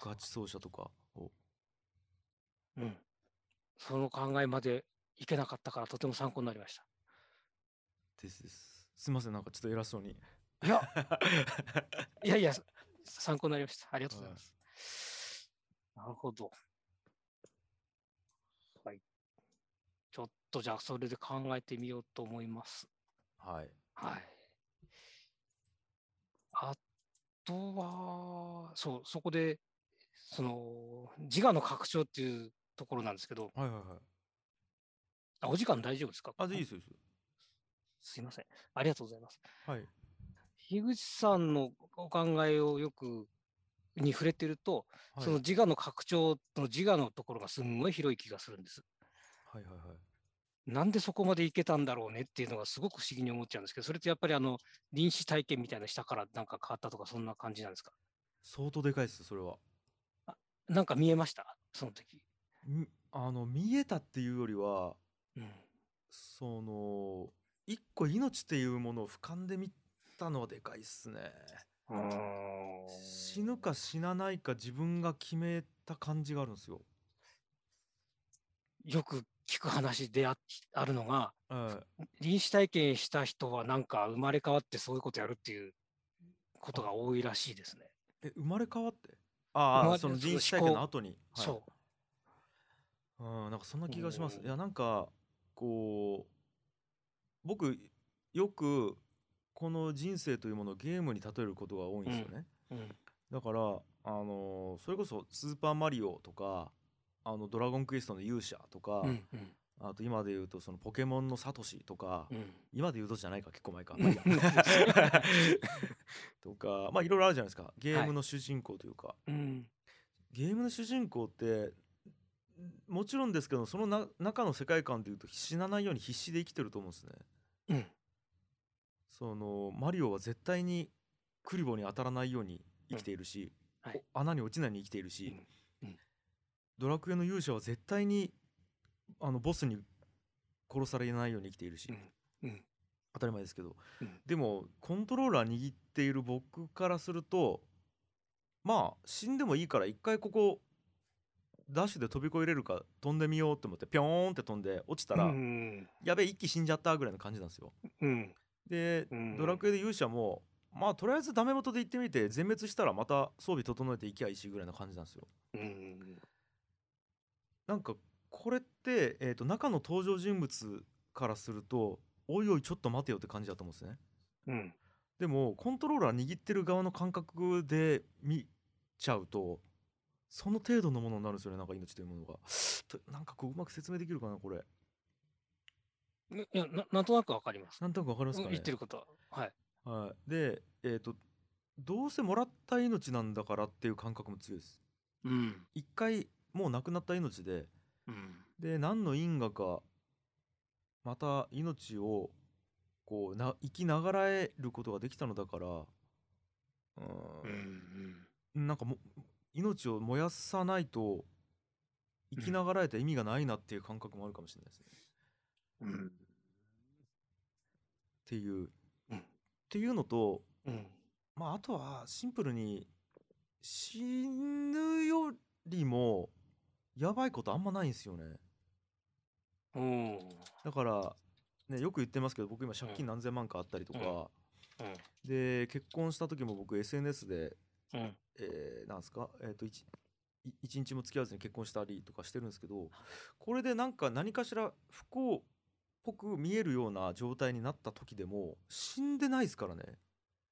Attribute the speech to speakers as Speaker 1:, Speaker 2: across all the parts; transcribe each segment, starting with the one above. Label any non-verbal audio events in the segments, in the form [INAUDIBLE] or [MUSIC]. Speaker 1: 八走者とかを。
Speaker 2: うん。その考えまでいけなかったから、とても参考になりました。
Speaker 1: ですです。すみません、なんかちょっと偉 [LAUGHS] そうに。
Speaker 2: いや、いやいや、参考になりました。ありがとうございます。なるほど。はい。ちょっとじゃあ、それで考えてみようと思います。
Speaker 1: はい。
Speaker 2: はい。あとは、そう、そこで、その、自我の拡張っていうところなんですけど、
Speaker 1: はいはいはい。
Speaker 2: あお時間大丈夫ですか
Speaker 1: あ、でいいですよいいですよ。
Speaker 2: すいません。ありがとうございます。
Speaker 1: はい。
Speaker 2: 樋口さんのお考えをよくに触れてると、
Speaker 1: はい、
Speaker 2: その自我の拡張の自我のところがすんごい広い気がするんです。
Speaker 1: はいはいはい。
Speaker 2: なんでそこまでいけたんだろうねっていうのがすごく不思議に思っちゃうんですけど、それってやっぱりあの臨死体験みたいなしたからなんか変わったとかそんな感じなんですか
Speaker 1: 相当でかいです、それは。
Speaker 2: なんか見えましたその時。
Speaker 1: みあの、見えたっていうよりは、
Speaker 2: うん。
Speaker 1: その、一個命っていうものを俯瞰で見たのはでかいっすね。死ぬか死なないか自分が決めた感じがあるんですよ。
Speaker 2: よく聞く話でああるのが、
Speaker 1: ええ
Speaker 2: 臨死体験した人はなんか生まれ変わってそういうことやるっていうことが多いらしいですね。
Speaker 1: え、生まれ変わってあ
Speaker 2: 生ま
Speaker 1: あ、
Speaker 2: れ
Speaker 1: その
Speaker 2: その
Speaker 1: 人種体
Speaker 2: 思
Speaker 1: 験
Speaker 2: 考
Speaker 1: の後に。はい
Speaker 2: そう。
Speaker 1: うん、なんかそんな気がします。
Speaker 2: おー
Speaker 1: いや、なんか、こう、僕、よく、この人生というものをゲームに例えることが多いんですよね。
Speaker 2: うん
Speaker 1: だから、あのーそれこそ、スーパーマリオとか、あの、ドラゴンクエストの勇者とか、
Speaker 2: うんうん
Speaker 1: あと今で言うと、その、ポケモンのサトシとか、
Speaker 2: うん
Speaker 1: 今で言うとじゃないか、結構前か。
Speaker 2: うん
Speaker 1: まあいいや
Speaker 2: [LAUGHS]
Speaker 1: [LAUGHS] とか、まあ、いろいろあるじゃないですか。ゲームの主人公というか、
Speaker 2: うん
Speaker 1: ゲームの主人公ってもちろんですけどそのな中の世界観でいうと死なないように必死で生きてると思うんですね
Speaker 2: うん
Speaker 1: そのマリオは絶対にクリボーに当たらないように生きているし、
Speaker 2: うんはい
Speaker 1: お穴に落ちないように生きているし、
Speaker 2: うんうん
Speaker 1: ドラクエの勇者は絶対にあのボスに殺されないように生きているし、
Speaker 2: うんうん
Speaker 1: 当たり前ですけど、
Speaker 2: うん
Speaker 1: でもコントローラー握っている僕からするとまあ死んでもいいから一回ここダッシュで飛び越えれるか飛んでみようと思ってピョーンって飛んで落ちたら、
Speaker 2: うん
Speaker 1: やべえ一気死んじゃったぐらいの感じなんですよ。
Speaker 2: うん
Speaker 1: で、
Speaker 2: うん
Speaker 1: ドラクエで勇者もまあとりあえずダメ元で行ってみて全滅したらまた装備整えていきゃいいしぐらいな感じなんですよ。
Speaker 2: うん
Speaker 1: なんかこれって、えー、と中の登場人物からするとおいおいちょっと待てよって感じだと思うんですね。
Speaker 2: うん
Speaker 1: でもコントローラー握ってる側の感覚で見ちゃうとその程度のものになるんですよねなんか命というものがとなんかこううまく説明できるかなこれ
Speaker 2: いやななんとなくわかります。
Speaker 1: なんとなくわかりますか
Speaker 2: う
Speaker 1: ね
Speaker 2: ん言ってることは。はい。
Speaker 1: はい、でえっ、とどうせもらった命なんだからっていう感覚も強いです
Speaker 2: うん
Speaker 1: 一回もう亡くなった命で
Speaker 2: うん
Speaker 1: で何の因果かまた命をこうな生きながらえることができたのだからう
Speaker 2: う
Speaker 1: ーん
Speaker 2: ん
Speaker 1: なんかも命を燃やさないと生きながらえた意味がないなっていう感覚もあるかもしれないですね。
Speaker 2: うん
Speaker 1: っていう。
Speaker 2: うん
Speaker 1: っていうのと、
Speaker 2: うん
Speaker 1: まあ、あとはシンプルに死ぬよりもやばいことあんまないんですよね。
Speaker 2: うん
Speaker 1: だから、ね、よく言ってますけど僕今借金何千万かあったりとか、で結婚した時も僕 SNS で、
Speaker 2: うん
Speaker 1: えーなんですか、えー、と一い一日も付き合わずに結婚したりとかしてるんですけどこれでなんか何かしら不幸っぽく見えるような状態になった時でも死んでないですからね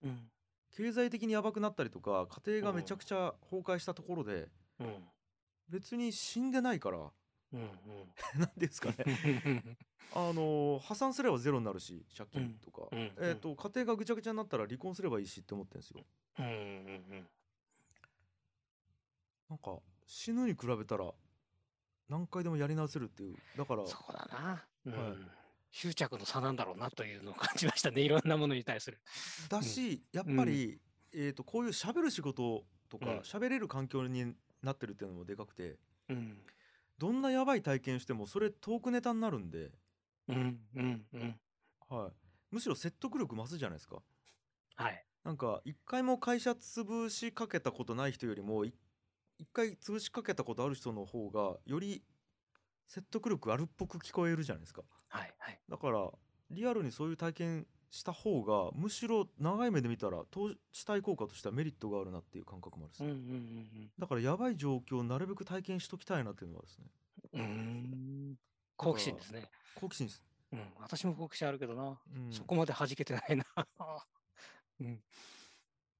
Speaker 2: うん
Speaker 1: 経済的にやばくなったりとか家庭がめちゃくちゃ崩壊したところで
Speaker 2: うん
Speaker 1: 別に死んでないから
Speaker 2: うん
Speaker 1: なんていうんですかねあの破産すればゼロになるし借金とか、
Speaker 2: うんうん
Speaker 1: えー、と家庭がぐちゃぐちゃになったら離婚すればいいしって思ってるんですよ
Speaker 2: うんうん
Speaker 1: なんか死ぬに比べたら何回でもやり直せるっていうだから
Speaker 2: そこだな。う
Speaker 1: はい
Speaker 2: ん執着の差なんだろうなというのを感じましたね。いろんなものに対する。
Speaker 1: だし、やっぱり、えー、とこういう喋る仕事とか
Speaker 2: うん
Speaker 1: 喋、れる環境になってるっていうのもでかくて
Speaker 2: うん
Speaker 1: どんなやばい体験してもそれトークネタになるんで、
Speaker 2: うんうんうん
Speaker 1: はい、むしろ説得力増すじゃないですか。
Speaker 2: はい。
Speaker 1: なんか一回も会社潰しかけたことない人よりもい一回潰しかけたことある人の方がより説得力あるっぽく聞こえるじゃないですか
Speaker 2: はいはい。
Speaker 1: だからリアルにそういう体験した方がむしろ長い目で見たら投資対効果としてはメリットがあるなっていう感覚もあるんです
Speaker 2: うん
Speaker 1: ね、だからやばい状況をなるべく体験しときたいなっていうのはですね
Speaker 2: うんうんうん。うーん。好奇心ですね。
Speaker 1: 好奇心です、
Speaker 2: うん。私も好奇心あるけどな。
Speaker 1: うん、
Speaker 2: そこまで弾けてないな。うん。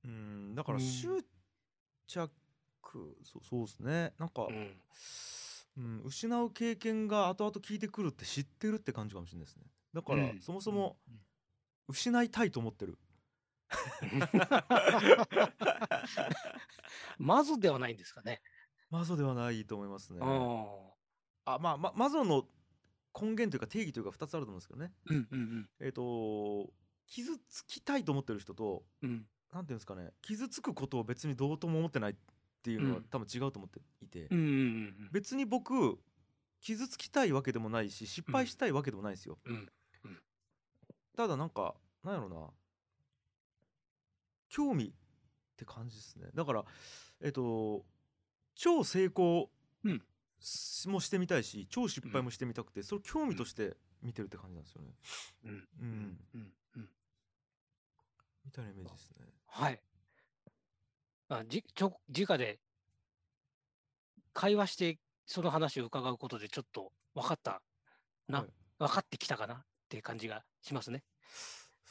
Speaker 1: うんだから
Speaker 2: うん
Speaker 1: 執着、そうそうですねなんか、
Speaker 2: うん。
Speaker 1: うん、失う経験が後々効いてくるって知ってるって感じかもしれないですねだから、
Speaker 2: うん
Speaker 1: そもそも失いたいと思ってる
Speaker 2: まずではないんですかね。
Speaker 1: マゾではないと思いますね
Speaker 2: うん。
Speaker 1: あまあまマゾの根源というか定義というか2つあると思うんですけどね
Speaker 2: うんうん
Speaker 1: えっ、と傷つきたいと思ってる人と
Speaker 2: うん。
Speaker 1: なんていうんですかね傷つくことを別にどうとも思ってないっていうのは
Speaker 2: うん
Speaker 1: 多分違うと思っていて、
Speaker 2: うん。うんうん
Speaker 1: 別に僕傷つきたいわけでもないし失敗したいわけでもないんですよ、
Speaker 2: うんうん
Speaker 1: ただなんかなんやろな興味って感じですねだからえっと超成功
Speaker 2: うん
Speaker 1: しもしてみたいし超失敗
Speaker 2: うん
Speaker 1: もしてみたくて、それを興味として見てるって感じなんですよね
Speaker 2: うん
Speaker 1: う
Speaker 2: う
Speaker 1: ん、
Speaker 2: ん。うんうんうん。
Speaker 1: みたいなイメージですね
Speaker 2: はい。あ、じ、ちょ、直で会話してその話を伺うことでちょっと分かったな、
Speaker 1: はい
Speaker 2: 分かってきたかなっていう感じがしますね。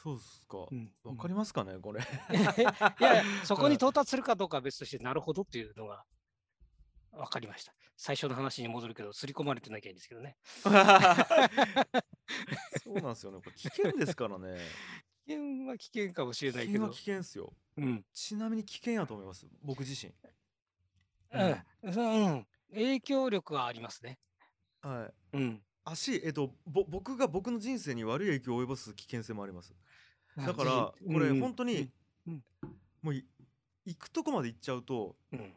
Speaker 1: そうっすか、わ
Speaker 2: うん
Speaker 1: かりますかねこれ
Speaker 2: いやいや、そこに
Speaker 1: と
Speaker 2: 到達するかどうかは別として、なるほどっていうのが分かりました。最初の話に戻るけど、刷り込まれてなきゃいいんですけどね。
Speaker 1: [LAUGHS] そうなんですよねこれ危険ですからね
Speaker 2: 危険は危険かもしれな
Speaker 1: 危
Speaker 2: いけ
Speaker 1: 険は
Speaker 2: ど
Speaker 1: 危、険っすよ
Speaker 2: うん。
Speaker 1: ちなみに危険やと思います僕自身
Speaker 2: うんうん。影響力はありますね。
Speaker 1: はい
Speaker 2: うん。
Speaker 1: 足えっとぼ僕が僕の人生に悪い影響を及ぼす危険性もありますだから
Speaker 2: ぜひ
Speaker 1: これ
Speaker 2: うん
Speaker 1: 本当に
Speaker 2: うん
Speaker 1: もうい行くとこまで行っちゃうと
Speaker 2: うん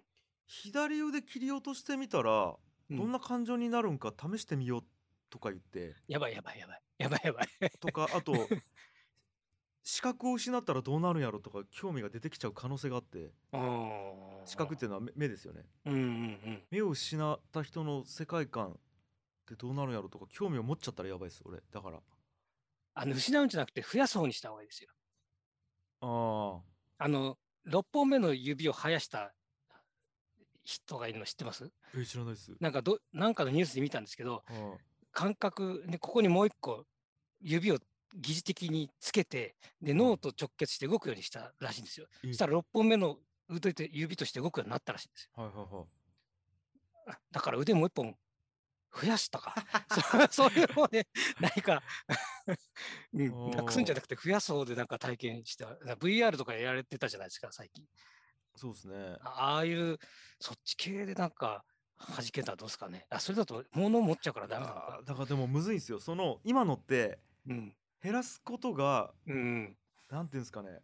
Speaker 1: 左腕切り落としてみたら
Speaker 2: うん
Speaker 1: どんな感情になるんか試してみようとか言って
Speaker 2: やばいやばいやばい。やばいやばい。
Speaker 1: とかあと視覚を失ったらどうなるんやろとか興味が出てきちゃう可能性があって視覚っていうのは目目ですよね
Speaker 2: うんうん
Speaker 1: 目を失った人の世界観ってどうなるんやろとか興味を持っちゃったらやばいです俺だから
Speaker 2: あの失うんじゃなくて増やそうにした方がいいですよ。
Speaker 1: ああ
Speaker 2: あの6本目の指を生やした人がいるの知ってます
Speaker 1: え知らないです
Speaker 2: なんかどなんかのニュースで見たんですけど
Speaker 1: ああ
Speaker 2: 感覚でここにもう一個指を疑似的につけてで脳と直結して動くようにしたらしいんですよ。
Speaker 1: え
Speaker 2: そしたら6本目の腕と指として動くようになったらしいんですよ。
Speaker 1: はいはいはい
Speaker 2: あだから腕もう一本増やした
Speaker 1: [LAUGHS]
Speaker 2: か。そ [LAUGHS] そういう方で、何か、 [LAUGHS] うん、なくすんじゃなくて増やす方でなんか体験した。な VR とかやられてたじゃないですか、最近。
Speaker 1: そうですね
Speaker 2: あああいう、そっち系でなんか、弾けたらどうですかね。あ、それだと物を持っちゃうからダメなの
Speaker 1: あ
Speaker 2: か
Speaker 1: ー。だからでもむずいんですよその今のって
Speaker 2: うん。
Speaker 1: 減らすことが
Speaker 2: うん。
Speaker 1: なんていうんですかね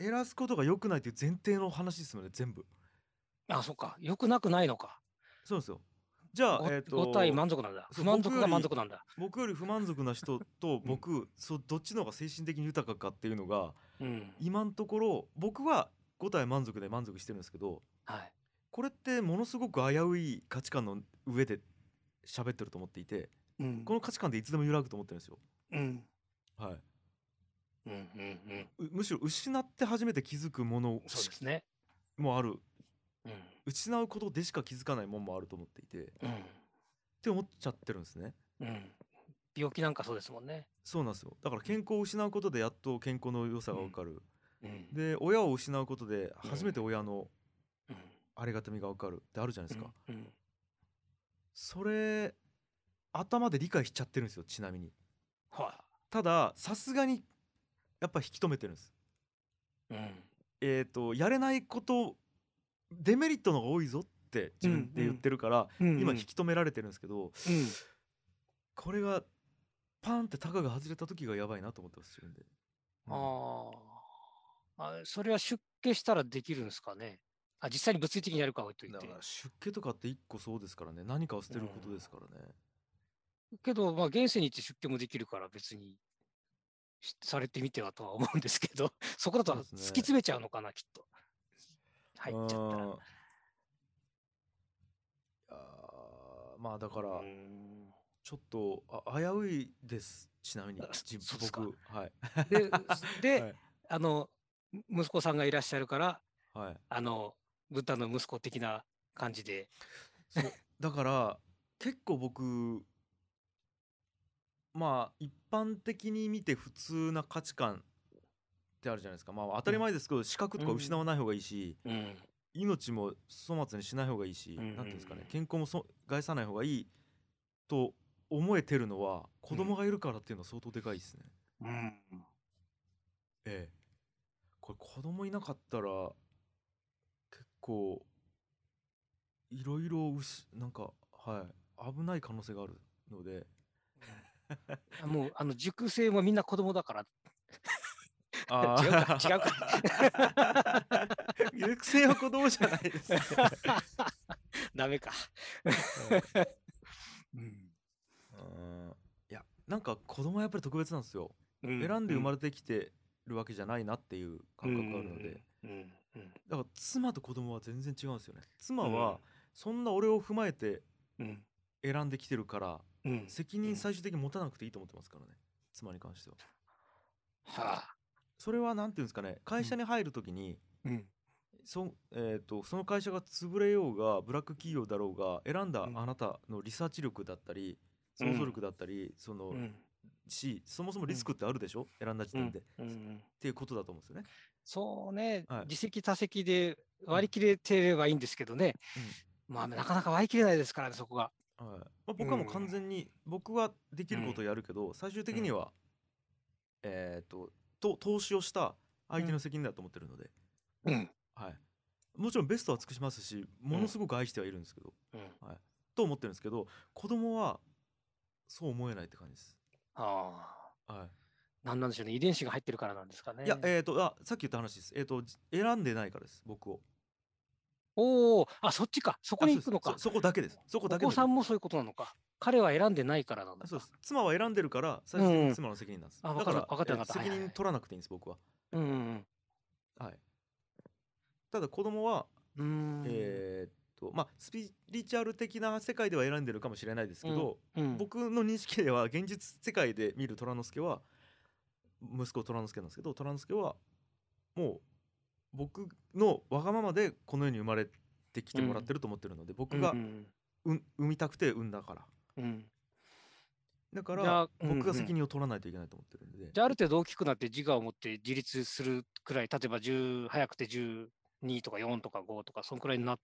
Speaker 1: 減らすことが良くないっていう前提の話ですよね全部
Speaker 2: あ、そっか。良くなくないのか。
Speaker 1: そうなんですよじゃあ
Speaker 2: ご
Speaker 1: えっ、
Speaker 2: 五体
Speaker 1: と
Speaker 2: 満足なんだ。
Speaker 1: そ
Speaker 2: 不
Speaker 1: う
Speaker 2: 満足
Speaker 1: 僕よ
Speaker 2: が
Speaker 1: り
Speaker 2: 満足なんだ。
Speaker 1: 僕より不満足な人と僕、そうどっちの方が精神的に豊かかっていうのが
Speaker 2: うん。
Speaker 1: 今のところ僕は5体満足で満足してるんですけど
Speaker 2: はい。
Speaker 1: これってものすごく危うい価値観の上で喋ってると思っていて
Speaker 2: うん
Speaker 1: この価値観でいつでも揺らぐと思ってるんですよ。
Speaker 2: うん。
Speaker 1: はい
Speaker 2: うん。うん。
Speaker 1: うむしろ失って初めて気づくもの
Speaker 2: そうですね。
Speaker 1: もある
Speaker 2: うん。
Speaker 1: 失うことでしか気づかないもんもあると思っていてっ
Speaker 2: うん。
Speaker 1: て思っちゃってるんですね
Speaker 2: うん。病気なんかそうですもんね。
Speaker 1: そうなんですよだから健康を失うことでやっと健康の良さが分かる、
Speaker 2: うん
Speaker 1: で親を失うことで初めて親のありがたみが分かるってあるじゃないですか、
Speaker 2: うんうん
Speaker 1: それ頭で理解しちゃってるんですよちなみに
Speaker 2: は
Speaker 1: たださすがにやっぱ引き止めてるんです
Speaker 2: い。うん。
Speaker 1: えっ、とやれないことデメリットの方が多いぞって自分で言ってるから、今引き止められてるんですけど、
Speaker 2: うん
Speaker 1: これがパンってタカが外れた時がやばいなと思ってます自分で、うん
Speaker 2: あーあ。それは出家したらできるんですかね。あ、実際に物理的にやるかは置いとい
Speaker 1: だか
Speaker 2: て
Speaker 1: ら。出家とかって一個そうですからね何かを捨てることですからね、
Speaker 2: けど、まあ、現世に行って出家もできるから別にしされてみてはとは思うんですけど、 [LAUGHS] そこだと
Speaker 1: そ
Speaker 2: 突
Speaker 1: うですね
Speaker 2: き詰めちゃうのかな、きっと。入っちゃったら。
Speaker 1: うんまあだから
Speaker 2: うん
Speaker 1: ちょっとあ危ういです
Speaker 2: [LAUGHS]
Speaker 1: ちなみに
Speaker 2: あ
Speaker 1: じ
Speaker 2: そうですか
Speaker 1: 僕 [LAUGHS] はい
Speaker 2: でで、
Speaker 1: はい
Speaker 2: あの息子さんがいらっしゃるから
Speaker 1: はい
Speaker 2: あのブッダの息子的な感じで
Speaker 1: そうだから結構僕まあ一般的に見て普通な価値観ってあるじゃないですかまあ当たり前ですけど資格とか
Speaker 2: うん
Speaker 1: 失わない方がいいし、
Speaker 2: うん
Speaker 1: 命も粗末にしない方がいいし
Speaker 2: うんうんうん
Speaker 1: 何、なんていうんですかね健康もそ害さない方がいいと思えてるのは子供がいるからっていうのは相当でかいですね。
Speaker 2: うん
Speaker 1: ええ、これ子供いなかったら結構いろいろうしなんかはい危ない可能性があるので
Speaker 2: あもうあの塾生もみんな子供だから
Speaker 1: あ
Speaker 2: 違うか [LAUGHS] 違うか
Speaker 1: 育成は子供じゃな
Speaker 2: [LAUGHS]
Speaker 1: いですね
Speaker 2: ダ
Speaker 1: [LAUGHS]
Speaker 2: メか、
Speaker 1: うん
Speaker 2: うん
Speaker 1: うんいやなんか子供はやっぱり特別なんですよ選んで生まれてきてるわけじゃないなっていう感覚があるので、
Speaker 2: うんうんうん
Speaker 1: だから妻と子供は全然違うんですよね妻
Speaker 2: うん
Speaker 1: はそんな俺を踏まえて
Speaker 2: うん
Speaker 1: 選んできてるから
Speaker 2: うん
Speaker 1: 責任最終的に持たなくていいと思ってますからね妻に関しては
Speaker 2: はあ
Speaker 1: それはなんていうんですかね会社に入るときに、
Speaker 2: うん
Speaker 1: そえー、とその会社が潰れようがブラック企業だろうが選んだ
Speaker 2: うん
Speaker 1: あなたのリサーチ力だったり
Speaker 2: うん
Speaker 1: 想像力だったり、その、
Speaker 2: うん
Speaker 1: しそもそもリスクってあるでしょ、選んだ時点で、っ
Speaker 2: うんうん
Speaker 1: ていうことだと思うんですよね。
Speaker 2: そうね、
Speaker 1: はい
Speaker 2: 自責他責で割り切れてればいいんですけどね、まあなかなか割り切れないですからね、そこが。
Speaker 1: はいまあ、僕はもう完全に、僕はできることをやるけど、最終的には、えっ、とと投資をした相手の責任だと思ってるので、
Speaker 2: うん。
Speaker 1: はい、もちろんベストは尽くしますしものすごく愛してはいるんですけど、
Speaker 2: うん、
Speaker 1: と思ってるんですけど子供はそう思えないって感じです。
Speaker 2: ああ、
Speaker 1: は
Speaker 2: なんなんでしょうね、遺伝子が入ってるからなんですかね。
Speaker 1: い、いやえっ、とあさっき言った話です。えっ、とじ選んでないからです僕を。
Speaker 2: おお、あそっちか、そこ
Speaker 1: あ
Speaker 2: に
Speaker 1: そ
Speaker 2: 行
Speaker 1: うです
Speaker 2: くのか
Speaker 1: そ。そこだけです。そこだ
Speaker 2: お
Speaker 1: けの
Speaker 2: 子さんもそういうことなのか。彼は選んでないからなの
Speaker 1: あ
Speaker 2: か。
Speaker 1: そうです。妻は選んでるから最終的
Speaker 2: うんう
Speaker 1: に
Speaker 2: ん
Speaker 1: 妻の責任なんです。
Speaker 2: あ
Speaker 1: だ
Speaker 2: わ
Speaker 1: か
Speaker 2: かる
Speaker 1: ら
Speaker 2: わかった
Speaker 1: えー
Speaker 2: わかったはい
Speaker 1: 責
Speaker 2: はい
Speaker 1: 任取らなくていいんです僕は。
Speaker 2: うんうん
Speaker 1: はい。ただ子供は、
Speaker 2: うん。うーん。
Speaker 1: えーっとまあスピリチュアル的な世界では選んでるかもしれないですけど、
Speaker 2: うん、
Speaker 1: 僕の認識では現実世界で見る虎之助は息子虎之助なんですけど虎之助はもう僕のわがままでこの世に生まれてきてもらってると思ってるので、僕が
Speaker 2: うんうん
Speaker 1: うん産みたくて産んだから
Speaker 2: うん
Speaker 1: だか
Speaker 2: じゃ
Speaker 1: ら
Speaker 2: あうんうん
Speaker 1: 僕が責任を取らないといけないと思ってるんで
Speaker 2: じゃあ、ある程度大きくなって自我を持って自立するくらい、例えば10、早くて12とか4とか5とか、そのくらいになっ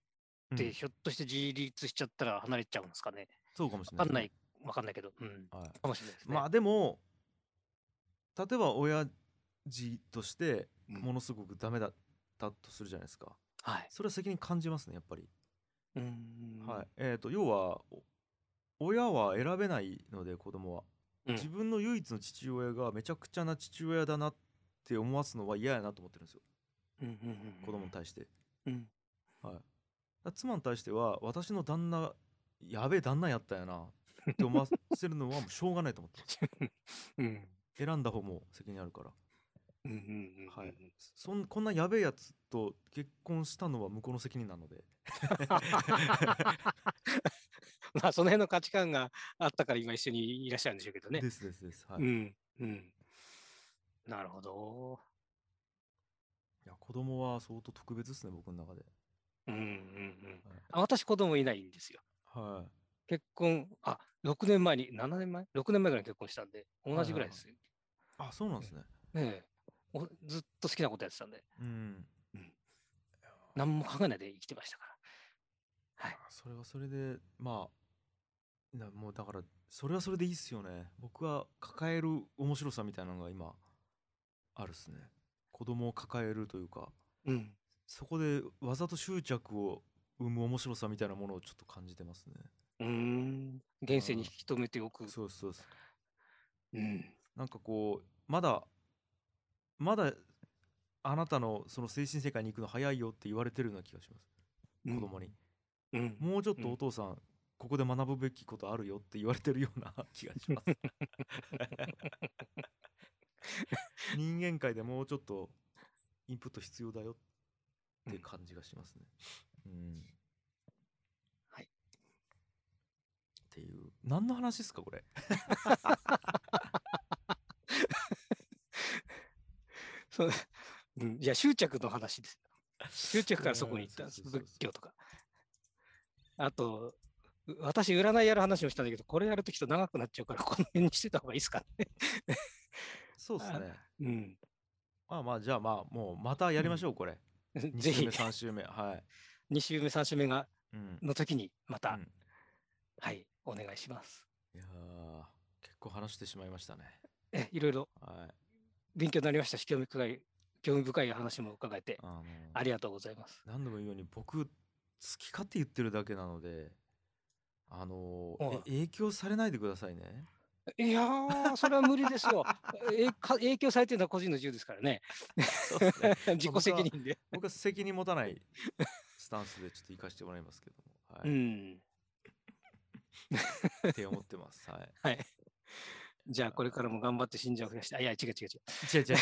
Speaker 1: うん
Speaker 2: て、ひょっとして自立しちゃったら離れちゃうんですかね。
Speaker 1: そうかもしれ
Speaker 2: わ
Speaker 1: な
Speaker 2: かん
Speaker 1: いです
Speaker 2: な
Speaker 1: ね
Speaker 2: い、わかんないけど、うん、
Speaker 1: はい
Speaker 2: かもしれないですね。
Speaker 1: まあでも例えば親父として
Speaker 2: うん
Speaker 1: ものすごくダメだったとするじゃないですか
Speaker 2: はい。
Speaker 1: それは責任感じますねやっぱり、
Speaker 2: うん
Speaker 1: はいえー、と要はお親は選べないので子供は、
Speaker 2: うん
Speaker 1: 自分の唯一の父親がめちゃくちゃな父親だなって思わすのは嫌やなと思ってるんですよ
Speaker 2: うんうんうんうん
Speaker 1: 子供に対して、
Speaker 2: うん
Speaker 1: はい、だから妻に対しては私の旦那やべえ旦那やったやなって思わせるのはもうしょうがないと思ってま
Speaker 2: [LAUGHS]
Speaker 1: す
Speaker 2: うん
Speaker 1: 選んだ方も責任あるから
Speaker 2: うんうんうん
Speaker 1: はいそんこんなやべえやつと結婚したのは向こうの責任なので
Speaker 2: [LAUGHS] まあその辺の価値観があったから今一緒にいらっしゃるんでしょうけどね。
Speaker 1: ですですですはい、
Speaker 2: う
Speaker 1: い
Speaker 2: んうん、なるほど。
Speaker 1: や子供は相当特別ですね僕の中で
Speaker 2: うんうんうん、あ私子供いないんですよ。
Speaker 1: は
Speaker 2: 結婚、あ6年前に、7年前 ?6 年前ぐらいに結婚したんで、同じぐらいですよ。
Speaker 1: いあそうなんですね
Speaker 2: ねえおずっと好きなことやってたんで、
Speaker 1: うん
Speaker 2: 何も考えないで生きてましたから。はい
Speaker 1: あそれはそれでまあなもうだからそれはそれでいいっすよね僕は抱える面白さみたいなのが今あるっすね子供を抱えるというか
Speaker 2: うん
Speaker 1: そこでわざと執着を生む面白さみたいなものをちょっと感じてますね
Speaker 2: うーん現世に
Speaker 1: うん
Speaker 2: 引き留めておく。
Speaker 1: そうですそうです
Speaker 2: うん。
Speaker 1: なんかこうまだまだあなたのその精神世界に行くの早いよって言われてるような気がします、
Speaker 2: うん
Speaker 1: 子供に
Speaker 2: うん
Speaker 1: もうちょっと
Speaker 2: うん
Speaker 1: お父さん、ここで学ぶべきことあるよって言われてるような
Speaker 2: [LAUGHS]
Speaker 1: 気がします人間界でもうちょっとインプット必要だよって感じがしますね、うん
Speaker 2: はい
Speaker 1: 何の話ですかこれ
Speaker 2: そう、うん、いや、執着の話です。執着からそこに行ったんです、
Speaker 1: うんそうそうそう
Speaker 2: 仏教とか。あと、う私、占いやる話もしたんだけど、これやるときと長くなっちゃうから、この辺にしてた方がいいですかね。
Speaker 1: そうですね
Speaker 2: うん。
Speaker 1: まあまあじゃあまあもうまたやりましょうこれ、二
Speaker 2: [LAUGHS] ぜ
Speaker 1: 週
Speaker 2: ひ
Speaker 1: 目、3週目はい、
Speaker 2: 2週目、3週目が
Speaker 1: うん
Speaker 2: の時に、また、
Speaker 1: うん
Speaker 2: はい、お願いします。
Speaker 1: いやー結構話してしまいましたね
Speaker 2: え、いろいろ
Speaker 1: はい
Speaker 2: 勉強になりましたし、興味深い、興味深い話も伺えて、
Speaker 1: あの
Speaker 2: ありがとうございます。
Speaker 1: 何度も言うように僕好き勝手言ってるだけなのであのー
Speaker 2: はい
Speaker 1: え影響されないでくださいね
Speaker 2: いやー、それは無理ですよ。 [LAUGHS] えか影響されてるのは個人の自由ですからね。
Speaker 1: そうっす [LAUGHS] ね
Speaker 2: [LAUGHS] 自己責任で。
Speaker 1: 僕は責任持たないスタンスでちょっと生かしてもらいますけども、は
Speaker 2: う
Speaker 1: い
Speaker 2: ん。
Speaker 1: って思ってますはい
Speaker 2: じゃあ、これからも頑張って信者を増やして、あ、いや、違う違う違う。
Speaker 1: 違う違う違
Speaker 2: [LAUGHS]
Speaker 1: う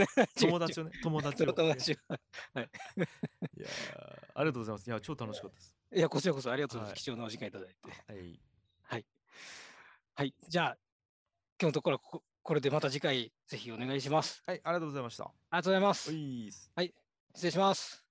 Speaker 1: 違う友
Speaker 2: 違
Speaker 1: 達をね友達
Speaker 2: う
Speaker 1: を
Speaker 2: 違う友 [LAUGHS] 達を。
Speaker 1: いやーありがとうございますいや超楽しかったです
Speaker 2: いや、こちらこそありがとうございます。
Speaker 1: はい
Speaker 2: 貴重なお時間いただいて。
Speaker 1: はい
Speaker 2: はい。じゃあ、今日のところはこここれでまた次回、ぜひお願いします。
Speaker 1: はいありがとうございました
Speaker 2: ありがとうございま
Speaker 1: お
Speaker 2: す。
Speaker 1: いーす
Speaker 2: 失礼します。